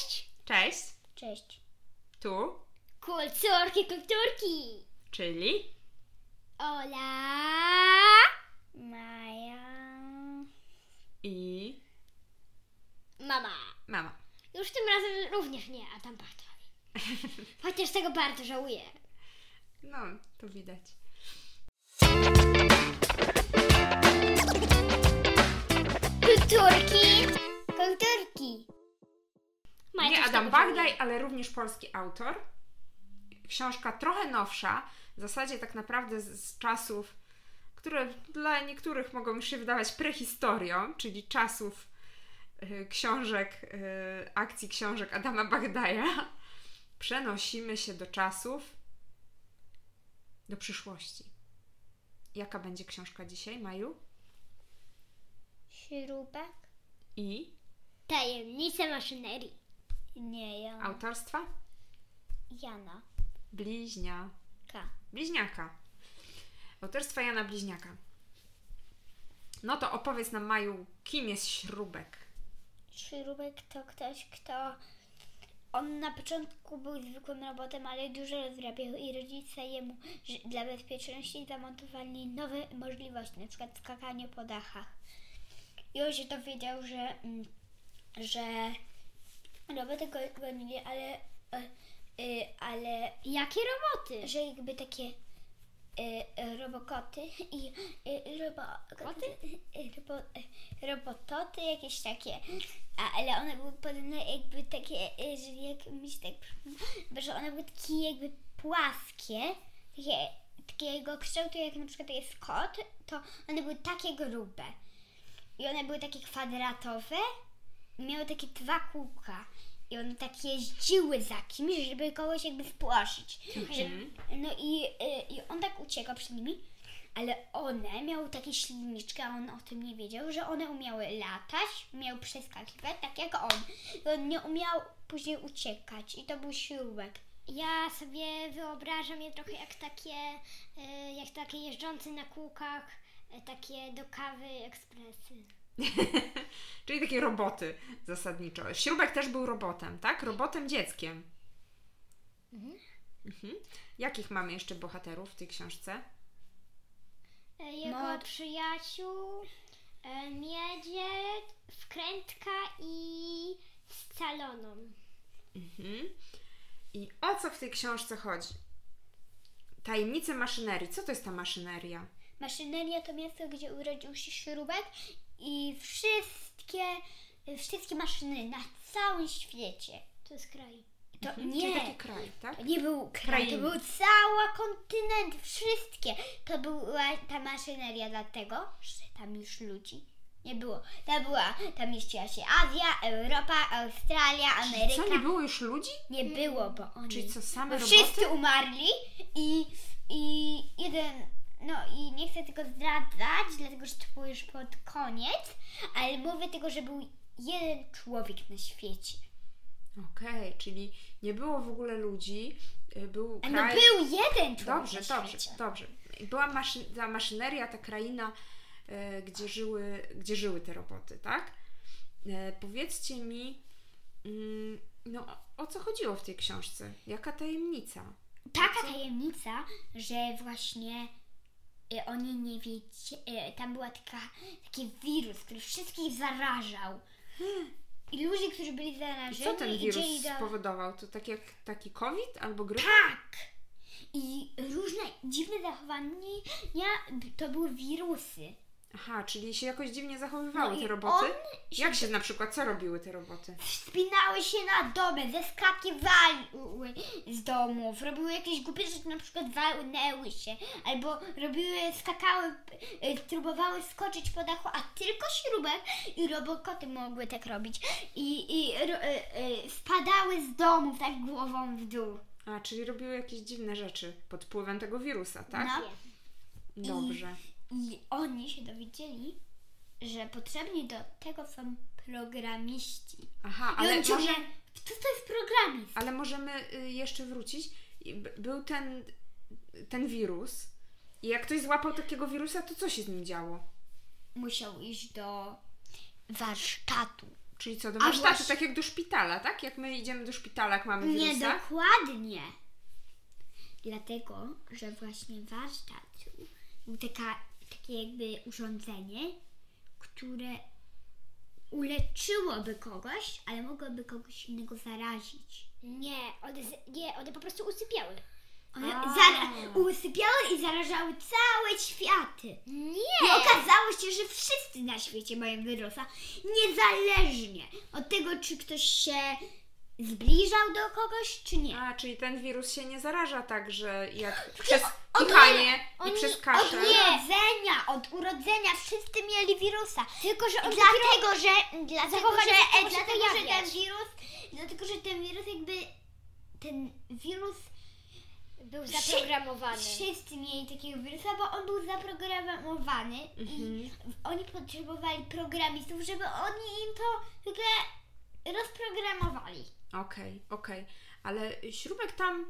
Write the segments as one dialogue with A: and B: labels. A: Cześć.
B: Cześć.
A: Tu,
B: Kulturki, kulturki.
A: czyli
B: Ola. Maja.
A: i
B: Mama.
A: mama.
B: Już tym razem również nie Adam Bartoli. Chociaż tego bardzo żałuję.
A: No, to widać.
B: Kulturki. Kulturki. Maja
A: Nie
B: też
A: Adam
B: tego żałuje.
A: Bagdaj, ale również polski autor. Książka trochę nowsza, w zasadzie tak naprawdę z, z czasów, które dla niektórych mogą już się wydawać prehistorią, czyli czasów y, książek, y, akcji książek Adama Bagdaja. Przenosimy się do czasów, do przyszłości. Jaka będzie książka dzisiaj, Maju?
B: Śrubek.
A: I
B: Tajemnice maszynerii. Nie, ja.
A: autorstwa?
B: Jana.
A: Bliźnia.
B: K.
A: Bliźniaka. Autorstwa Jana Bliźniaka. No to opowiedz nam, Maju, kim jest śrubek?
B: Śrubek to ktoś, kto. On na początku był zwykłym robotem, ale dużo rozrabiał i rodzice jemu ż- dla bezpieczności zamontowali nowe możliwości, na przykład skakanie po dachach. I on się dowiedział, że, mm, że roboty go gonili, ale, e, y, ale
C: Jakie roboty?
B: że jakby takie y, robokoty i y, robo,
C: Koty?
B: y, robo, y, robototy jakieś takie, a, ale one były podobne jakby takie, y, że jak mi się tak przypomina, że one były takie jakby płaskie, takie, takiego kształtu jak na przykład jest kot, to one były takie grube i one były takie kwadratowe i miały takie dwa kółka. I one tak jeździły za kimś, żeby kogoś jakby spłoszyć. Że-
A: Mhm.
B: No i, y, i on tak uciekał przed nimi, ale one miały takie śliniczki, a on o tym nie wiedział, że one umiały latać, umiały przeskakiwać, tak jak on. I on nie umiał później uciekać i to był siłek.
C: Ja sobie wyobrażam je trochę jak takie, y, jak takie jeżdżące na kółkach, y, takie do kawy ekspresy.
A: Czyli takie roboty zasadniczo. Śrubek też był robotem, tak? Robotem dzieckiem. Mhm. Jakich mamy jeszcze bohaterów w tej książce?
C: Y, Jego
B: Mod.
C: przyjaciół, y, miedzie, wkrętka i scaloną.
A: Mhm. I o co w tej książce chodzi? Tajemnice maszynerii. Co to jest ta maszyneria?
B: Maszyneria to miasto, gdzie urodził się śrubek i wszystkie, wszystkie maszyny na całym świecie.
C: To jest kraj.
B: To
A: Mhm. Czyli
B: nie,
A: taki kraj, tak?
B: to nie był kraj, to
A: Krainy.
B: był cały kontynent, wszystkie. To była ta maszyneria dlatego, że tam już ludzi nie było. Tam była, tam mieściła się Azja, Europa, Australia, Ameryka.
A: Co, nie było już ludzi?
B: Nie było, bo oni...
A: Czyli co, same
B: Bo
A: roboty?
B: Wszyscy umarli i, i jeden. No i nie chcę tego zdradzać, dlatego że to było już pod koniec, ale mówię tylko, że był jeden człowiek na świecie.
A: Okej, czyli nie było w ogóle ludzi, y, był
B: A no
A: kraj...
B: był jeden człowiek
A: Dobrze,
B: na
A: dobrze,
B: świecie.
A: dobrze. Była maszy... ta maszyneria, ta kraina, y, gdzie żyły, gdzie żyły te roboty, tak? E, Powiedzcie mi, mm, no o- o co chodziło w tej książce? Jaka tajemnica?
B: Taka tajemnica, że właśnie y, oni nie wiecie, y, tam była taka, taki wirus, który wszystkich zarażał. I ludzie, którzy byli
A: I
B: zarażeni,
A: co ten wirus
B: idzieli do...
A: spowodował? To tak jak taki COVID albo grypa?
B: Tak! I różne dziwne zachowania to były wirusy.
A: Aha, czyli się jakoś dziwnie zachowywały
B: No i
A: te roboty?
B: on
A: Jak się na przykład, co robiły te roboty?
B: Wspinały się na domy, zeskakiwały z domów, robiły jakieś głupie rzeczy, na przykład walnęły się, albo robiły, skakały, y, próbowały skoczyć po dachu, a tylko śrubek i robokoty mogły tak robić. I, i ro- y, y, spadały z domów tak głową w dół.
A: A, czyli robiły jakieś dziwne rzeczy pod wpływem tego wirusa, tak?
B: No.
A: Dobrze.
B: I oni się dowiedzieli, że potrzebni do tego są programiści.
A: Aha,
B: I
A: ale
B: oni ciągle,
A: może,
B: kto to jest programist?
A: ale możemy y, jeszcze wrócić. I b- Był ten, ten wirus i jak ktoś złapał takiego wirusa, to co się z nim działo?
B: Musiał iść do warsztatu
A: Czyli co, do
B: A
A: warsztatu,
B: właśnie-
A: tak jak do szpitala, tak? Jak my idziemy do szpitala, jak mamy
B: Nie
A: wirusa?
B: dokładnie. Dlatego, że właśnie warsztat był taka, takie jakby urządzenie, które uleczyłoby kogoś, ale mogłoby kogoś innego zarazić.
C: Nie, one, z- nie, one po prostu usypiały.
B: One
A: A.
B: zara- usypiały i zarażały całe światy. I
C: Nie!
B: okazało się, że wszyscy na świecie mają wirusa, niezależnie od tego, czy ktoś się zbliżał do kogoś, czy nie.
A: A, czyli ten wirus się nie zaraża tak, że jak przez
B: od-
A: kichanie i
B: Oni
A: przez
B: od
A: kaszel.
B: urodzenia, od urodzenia wszyscy mieli wirusa.
C: Tylko, że on
B: Dlatego, że, dlatego,
C: Zachowali
B: że,
C: się,
B: e,
C: muszą
B: dlatego,
C: się
B: że ten
C: pojawiać.
B: wirus, dlatego, że ten wirus jakby, ten wirus,
C: był zaprogramowany.
B: wszyscy mieli takiego wirusa, bo on był zaprogramowany i oni potrzebowali programistów, żeby oni im to w ogóle rozprogramowali.
A: Okej, okej. Ale Śrubek tam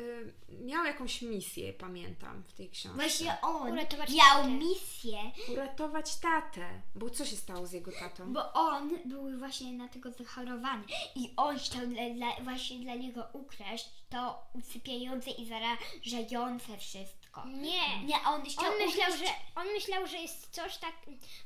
A: y, miał jakąś misję, pamiętam, w tej książce.
B: Właśnie on
C: Uratować
B: miał
C: tatę.
B: misję,
A: Uratować tatę, bo co się stało z jego tatą?
B: Bo on był właśnie na tego zachorowany i on chciał dla, dla, właśnie dla niego ukraść to usypiające i zarażające wszystko.
C: Nie.
B: Nie, on chciał
C: On myślał, że,
B: ukraść-
C: on myślał, że jest coś tak,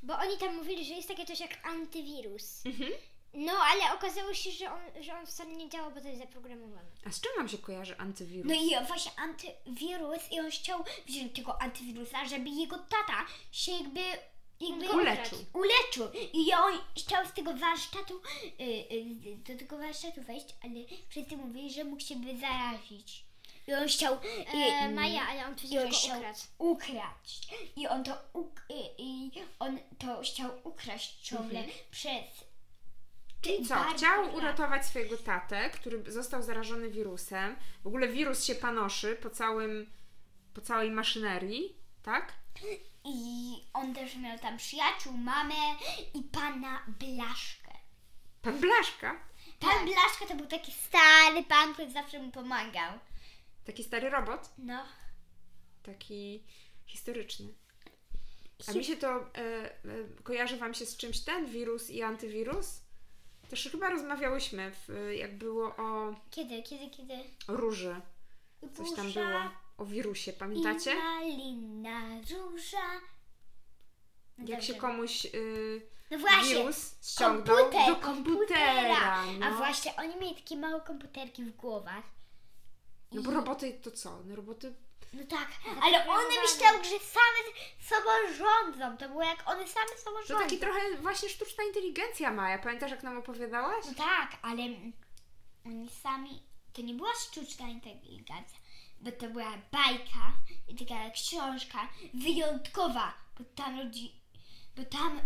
C: bo oni tam mówili, że jest takie coś jak antywirus.
A: Mhm.
C: No, ale okazało się, że on, że on wcale nie działa, bo to jest zaprogramowane.
A: A z czym nam się kojarzy antywirus?
B: No i właśnie antywirus i on chciał wziąć tego antywirusa, żeby jego tata się jakby, jakby
C: Go
A: Uleczył.
C: ubrać.
B: uleczył. I on chciał z tego warsztatu, y, y, do tego warsztatu wejść, ale wszyscy mówili, że mógł się by zarazić. I on chciał...
C: E,
B: y,
C: Maja, ale on to
B: I on
C: tylko
B: chciał
C: ukradł.
B: ukraść. I on to, uk- i- i on to chciał ukraść ciągle przez.
A: Mhm. I co?
B: bardzo
A: Chciał
B: lat.
A: uratować swojego tatę, który został zarażony wirusem. W ogóle wirus się panoszy po całym, po całej maszynerii, tak?
B: I on też miał tam przyjaciół, mamę i pana Blaszkę.
A: Pan Blaszka,
B: Pan
A: Tak.
B: Blaszka to był taki stary pan, który zawsze mu pomagał.
A: taki stary robot,
B: No.
A: taki historyczny. A mi się to e, e, kojarzy Wam się z czymś ten wirus i antywirus? Też chyba rozmawiałyśmy, w, e, jak było o,
B: Kiedy, kiedy, kiedy?
A: o róży. Coś tam
B: Burza
A: było. O wirusie, pamiętacie?
B: I malina, róża. No
A: Jak
B: dobrze.
A: się komuś y,
B: No właśnie.
A: wirus ściągnął
B: komputer,
A: do komputera. No.
B: A właśnie oni mieli takie małe komputerki w głowach.
A: no bo
B: i-
A: roboty to co? No roboty
B: No tak, ale one myślały, że same sobą rządzą. To było jak one same sobą
A: To taki
B: rządzą.
A: trochę właśnie sztuczna inteligencja Maja. Pamiętasz jak nam opowiadałaś?
B: No tak, ale mm, oni sami. To nie była sztuczna inteligencja, bo to była bajka i taka książka wyjątkowa, bo tam rodzi. bo tam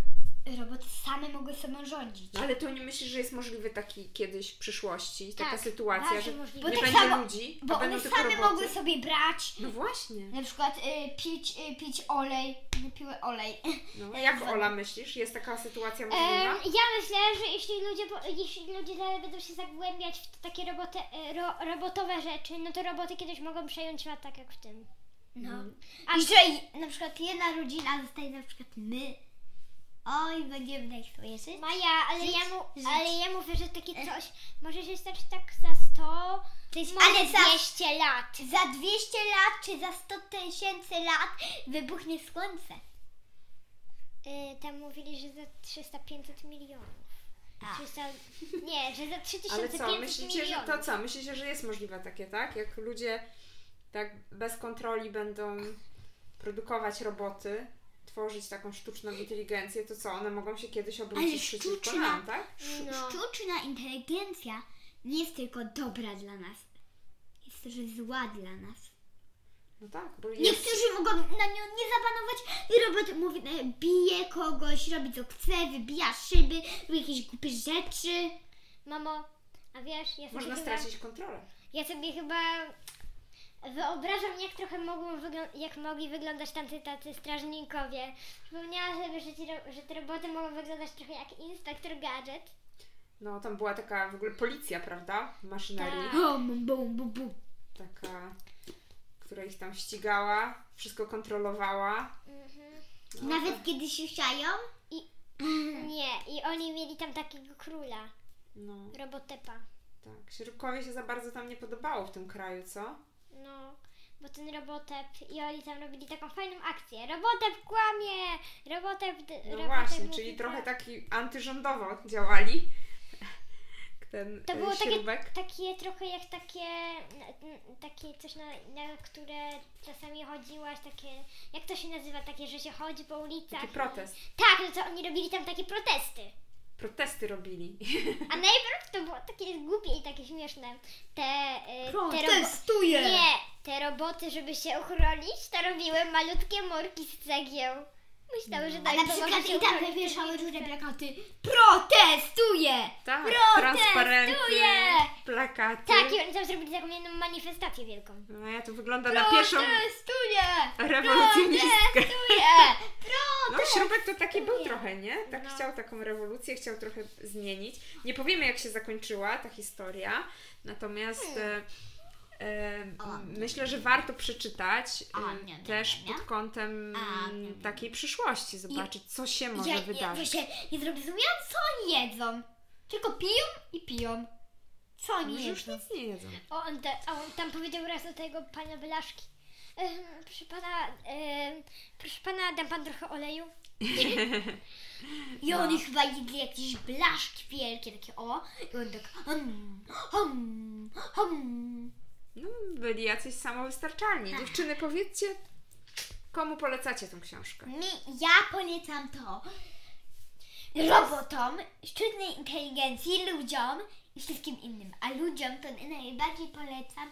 B: roboty same mogły sobą rządzić.
A: No ale to nie myślisz, że jest możliwy taki kiedyś w przyszłości, taka
C: Tak,
A: sytuacja,
C: bardzo
A: że
C: możliwe.
A: nie
B: Bo tak
A: będzie
B: samo-
A: ludzi,
B: Bo
A: a będą
B: one
A: tylko
B: same
A: roboty?
B: mogły sobie brać,
A: No właśnie.
B: na przykład y, pić, y, pić olej, nie piły olej.
A: No,
B: E,
A: jak Ola myślisz? Jest taka sytuacja
B: no.
C: Em,
A: możliwa?
C: ja myślę, że jeśli ludzie, po- jeśli ludzie dalej będą się zagłębiać w te takie roboty, e, ro, robotowe rzeczy, no to roboty kiedyś mogą przejąć świat tak jak w tym.
B: No.
C: A
B: I że na przykład jedna rodzina zostaje na przykład my. Oj, będziemy tak swoje żyć.
C: Maja, ale
B: Żyć,
C: ja, mu,
B: żyć.
C: ale ja mówię, że takie coś może się stać tak za 100, może
B: ale za-
C: 200 lat.
B: Za 200 lat czy za 100 tysięcy lat wybuchnie słońce.
C: Y, tam mówili, że za 300-500 milionów.
B: A.
C: 300, nie, że za 3500
A: Ale co,
C: milionów.
A: myślicie, że to co? Myślicie, że jest możliwe takie, tak? Jak ludzie tak bez kontroli będą produkować roboty, tworzyć taką sztuczną inteligencję, to co? One mogą się kiedyś obrócić przeciwko
B: sztuczna.
A: nam, tak?
B: Sz-
C: No.
B: Sztuczna inteligencja nie jest tylko dobra dla nas. Jest też zła dla nas.
A: No tak, bo jest...
B: Niektórzy mogą na nią nie zapanować i robot mówi, e, bije kogoś, robi co chce, wybija szyby, robi jakieś głupie rzeczy.
C: Mamo, a wiesz, ja sobie
A: Można
C: chyba,
A: stracić kontrolę.
C: ja sobie chyba wyobrażam, jak trochę mogą wyglą- jak mogli wyglądać tamty tacy strażnikowie. Przypomniałam sobie, że, ci ro- że te roboty mogą wyglądać trochę jak inspektor gadżet.
A: No, tam była taka w ogóle policja, prawda? W maszynerii.
C: Tak.
B: Bum, bum, bum, bum. Tak.
A: Taka, która ich tam ścigała, wszystko kontrolowała.
C: Mhm.
A: No,
B: Nawet kiedy się siają?
C: I
A: Mhm.
C: Nie, i oni mieli tam takiego króla,
A: No,
C: robotepa.
A: tak. Sierpkowie się za bardzo tam nie podobało w tym kraju, co?
C: No, bo ten robotep i oni tam robili taką fajną akcję. Robotep kłamie! Robotep. d-
A: No
C: robotep
A: właśnie,
C: mówi tak.
A: czyli
C: pra-
A: trochę tak- taki antyrządowo działali. Ten
C: To
A: e,
C: było takie-
A: śrubek.
C: Takie trochę jak takie, n- n- takie coś, na, na które czasami chodziłaś, takie, jak to się nazywa, takie, że się chodzi po ulicach.
A: Taki protest.
C: Tak, no to oni robili tam takie protesty.
A: Protesty robili.
C: A najpierw to było takie głupie i takie śmieszne. Te, y, te robo-
B: Protestuję!
C: Nie, te roboty, żeby się uchronić, to robiły malutkie murki z cegieł. Myślały, że tak
B: A na
C: to
B: przykład
C: może się
B: i tam
C: uchronić.
B: wywieszały różne plakaty Protestuję!
A: Tak,
B: Protestuję!
A: transparenty, plakaty.
C: Tak, i oni tam zrobili taką jedną manifestację wielką.
A: No ja tu wygląda na pierwszą
B: Protestuję!
A: rewolucjonistkę.
B: Protestuję!
A: No Śrubek to taki był trochę, nie? Tak
C: No.
A: chciał taką rewolucję, chciał trochę zmienić. Nie powiemy jak się zakończyła ta historia, natomiast e, e,
B: Hmm. O, nie.
A: myślę, że warto przeczytać e,
B: O, nie, nie,
A: też
B: nie, nie.
A: pod kątem
B: A, nie, nie, nie.
A: takiej przyszłości, zobaczyć co się może
B: Ja, ja, ja
A: wydarzyć.
B: się nie zrozumiałam, co oni jedzą. Tylko piją i piją. Co oni
A: Może już
B: jedzą?
A: nic nie jedzą.
C: O, on, te, a on tam powiedział raz do tego pana Blaszki. Ehm, proszę pana, ehm, proszę pana, dam pan trochę oleju.
B: I oni chyba jedli jakieś blaszki wielkie, takie o. I on tak hum, hum, hum.
A: No, byli jacyś samowystarczalni. Dziewczyny, powiedzcie, komu polecacie tą książkę?
B: Mi, ja polecam to robotom, sztucznej inteligencji, ludziom i wszystkim innym. A ludziom to najbardziej polecam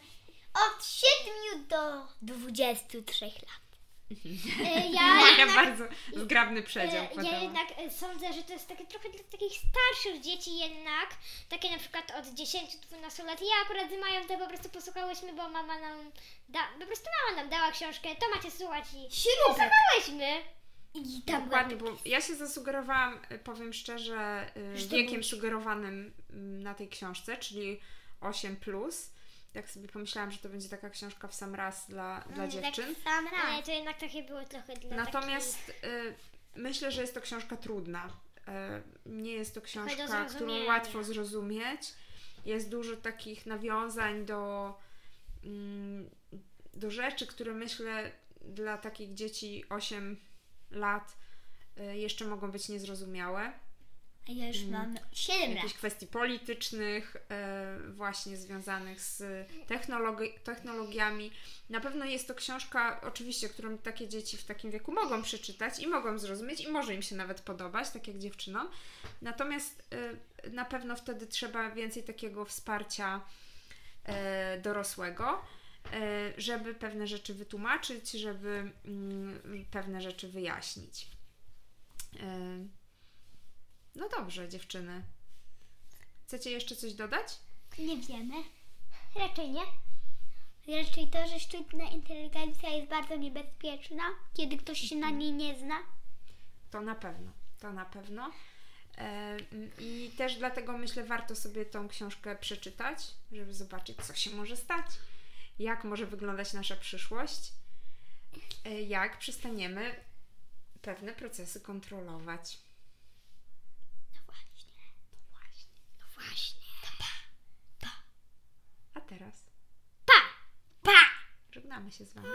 B: od 7 do 23 lat.
C: E,
A: Ja,
C: ja jednak,
A: bardzo zgrabny przedział
C: e, ja
A: podałam.
C: jednak e, sądzę, że to jest takie trochę dla takich starszych dzieci jednak, takie na przykład od 10-12 lat. Ja akurat z Mają to po prostu posłuchałyśmy, bo mama nam da, po prostu mama nam dała książkę, to macie słuchać i
B: Śrubek.
C: słuchałyśmy.
B: I tam była
A: Dokładnie, bo ja się zasugerowałam, y, powiem szczerze, y,
B: Że to
A: wiekiem
B: był-
A: sugerowanym mm, na tej książce, czyli 8. Plus. Tak sobie pomyślałam, że to będzie taka książka w sam raz dla, dla
C: Mm,
A: dziewczyn.
B: Tak sam raz.
C: Ale E, to jednak takie było trochę dla
A: Natomiast y, myślę, że jest to książka trudna. Y, nie jest to książka, którą
C: zrozumienia.
A: łatwo zrozumieć. Jest dużo takich nawiązań do, mm, do rzeczy, które myślę dla takich dzieci 8 lat y, jeszcze mogą być niezrozumiałe.
B: A ja już mam 7 lat.
A: Jakichś kwestii politycznych, y, właśnie związanych z technologi- technologiami. Na pewno jest to książka, oczywiście, którą takie dzieci w takim wieku mogą przeczytać i mogą zrozumieć, i może im się nawet podobać, tak jak dziewczynom. Natomiast y, na pewno wtedy trzeba więcej takiego wsparcia y, dorosłego. y, Żeby pewne rzeczy wytłumaczyć, żeby mm, pewne rzeczy wyjaśnić. Y, no dobrze, dziewczyny. Chcecie jeszcze coś dodać?
D: Nie wiemy.
C: Raczej nie.
D: Raczej to, że sztuczna inteligencja jest bardzo niebezpieczna, kiedy ktoś się
A: Mhm.
D: na niej nie zna.
A: To na pewno, to na pewno. E, I też dlatego myślę, warto sobie tą książkę przeczytać, żeby zobaczyć, co się może stać, jak może wyglądać nasza przyszłość, e, jak przestaniemy pewne procesy kontrolować. No właśnie, no właśnie, no właśnie. To pa, pa. A teraz
C: Pa! Pa!
A: żegnamy się z Wami.